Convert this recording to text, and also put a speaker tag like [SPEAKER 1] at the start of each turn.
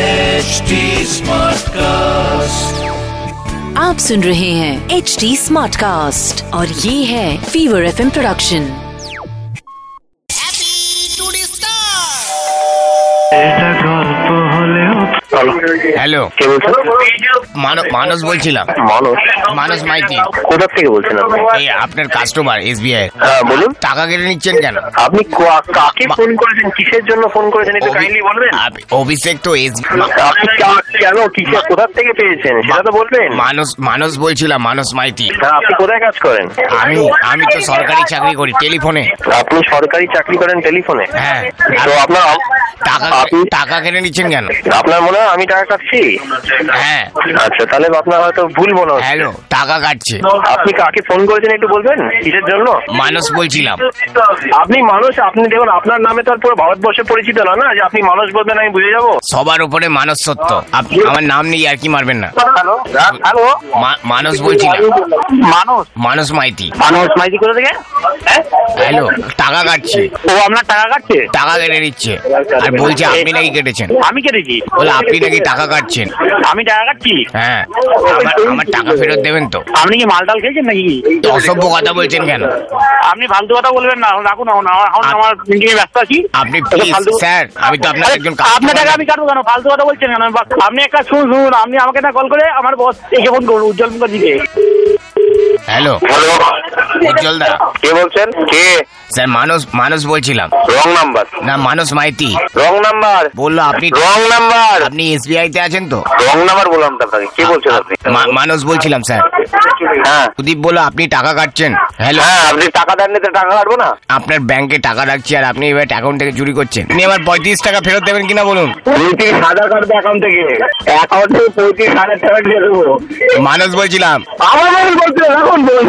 [SPEAKER 1] HD Smartcast.
[SPEAKER 2] आप सुन रहे हैं एच डी स्मार्ट कास्ट और ये है फीवर एफ प्रोडक्शन
[SPEAKER 3] এটা গল্প হলেও
[SPEAKER 4] হ্যালো
[SPEAKER 5] হ্যালো
[SPEAKER 4] কে বলছেন
[SPEAKER 5] মানব মানস বলছিলাম
[SPEAKER 4] মানস
[SPEAKER 5] মানস মাইতি
[SPEAKER 4] কোথা থেকে বলছেন আপনি
[SPEAKER 5] এই আপনার কাস্টমার এসবিআই
[SPEAKER 4] হ্যাঁ বলুন
[SPEAKER 5] টাকা কেটে নিচ্ছেন কেন
[SPEAKER 4] আপনি কা- কাকে
[SPEAKER 5] মা-
[SPEAKER 4] ফোন করেছেন কিসের জন্য ফোন করেছেন একটু
[SPEAKER 5] অভি-
[SPEAKER 4] কাইন্ডলি বলবেন
[SPEAKER 5] আপ- অভিষেক তো এস
[SPEAKER 4] আপনি কা- কেন কিসে কোথা থেকে পেয়েছেন সেটা তো বলবেন
[SPEAKER 5] মানস মানস বলছিলাম মানস মাইতি
[SPEAKER 4] হ্যাঁ আপনি কোথায় কাজ করেন
[SPEAKER 5] আমি আমি তো সরকারি চাকরি করি টেলিফোনে
[SPEAKER 4] আপনি সরকারি চাকরি করেন টেলিফোনে
[SPEAKER 5] হ্যাঁ।
[SPEAKER 4] তো আপনার
[SPEAKER 5] টাকা
[SPEAKER 4] আপনি
[SPEAKER 5] টাকা কেটে নিচ্ছেন কেন
[SPEAKER 4] আপনার মনে হয় আমি টাকা কাটছি
[SPEAKER 5] হ্যাঁ
[SPEAKER 4] আচ্ছা তাহলে আপনার হয়তো ভুল মনে হচ্ছে
[SPEAKER 5] হ্যালো টাকা কাটছে
[SPEAKER 4] আপনি কাকে ফোন করেছেন একটু বলবেন কিসের জন্য
[SPEAKER 5] মানস বলছিলাম
[SPEAKER 4] আপনি মানুষ আপনি দেখুন আপনার নামে তো আর পুরো ভারতবর্ষে পরিচিত না না যে আপনি মানুষ বলবেন আমি বুঝে যাবো
[SPEAKER 5] সবার উপরে মানস সত্য আপনি আমার নাম নিয়ে আর কি মারবেন না
[SPEAKER 4] হ্যালো হ্যালো
[SPEAKER 5] মা- মানস বলছিলাম
[SPEAKER 4] হ্যাঁ? মানুষ হ্যাঁ?
[SPEAKER 5] মানস মাইতি
[SPEAKER 4] মানুষ মাইতি কোথা থেকে
[SPEAKER 5] হ্যালো টাকা কাটছে
[SPEAKER 4] ও আপনার টাকা কাটছে
[SPEAKER 5] টাকা কেটে নিচ্ছে আর বলছে আপনি নাকি কেটেছেন
[SPEAKER 4] আমি কেটেছি
[SPEAKER 5] বলে আপনি নাকি টাকা কাটছেন
[SPEAKER 4] আমি টাকা কাটছি
[SPEAKER 5] হ্যাঁ আমার আমার টাকা ফেরত দেবেন তো
[SPEAKER 4] আপনি কি মাল টাল খেয়েছেন নাকি
[SPEAKER 5] তো অসভ্য কথা বলছেন কেন
[SPEAKER 4] আপনি ফালতু কথা বলবেন না রাখুন এখন আমার- এখন আমার মিটিং এ ব্যস্ত আছি
[SPEAKER 5] আপনি প্লিজ স্যার আমি তো আপনার
[SPEAKER 4] আচ্ছা, আরে,
[SPEAKER 5] একজন
[SPEAKER 4] আপনার টাকা আমি কাটবো কেন ফালতু কথা বলছেন কেন বা- আপনি একটা শুনুন শুনুন আপনি আমাকে না কল করে আমার বস এসে ফোন করুন উজ্জ্বল মুখার্জিকে
[SPEAKER 5] হ্যালো
[SPEAKER 6] হ্যালো
[SPEAKER 5] উজ্জ্বল দা
[SPEAKER 6] কে বলছেন কে
[SPEAKER 5] স্যার মানুষ মানুষ বলছিলাম
[SPEAKER 6] রং নাম্বার
[SPEAKER 5] না মানুষ মাইতি
[SPEAKER 6] রং নাম্বার
[SPEAKER 5] বললো আপনি
[SPEAKER 6] রং নাম্বার
[SPEAKER 5] আপনি এসবিআই তে আছেন তো
[SPEAKER 6] রং নাম্বার বললাম তো আপনাকে কে বলছেন আপনি
[SPEAKER 5] মা- মানুষ বলছিলাম স্যার
[SPEAKER 6] হ্যাঁ
[SPEAKER 5] সুদীপ বললো আপনি টাকা কাটছেন হ্যালো
[SPEAKER 6] হ্যাঁ আপনি টাকা দেননি তো টাকা কাটবো না
[SPEAKER 5] আপনার ব্যাংকে টাকা রাখছি আর আপনি এবার অ্যাকাউন্ট থেকে চুরি করছেন আপনি আমার পঁয়ত্রিশ টাকা ফেরত দেবেন কিনা বলুন
[SPEAKER 6] পঁয়ত্রিশ হাজার কাটবে অ্যাকাউন্ট থেকে অ্যাকাউন্ট থেকে পঁয়ত্রিশ হাজার টাকা দিয়ে দেবো
[SPEAKER 5] মানুষ বলছিলাম
[SPEAKER 6] আমার মনে বলছে এখন বলুন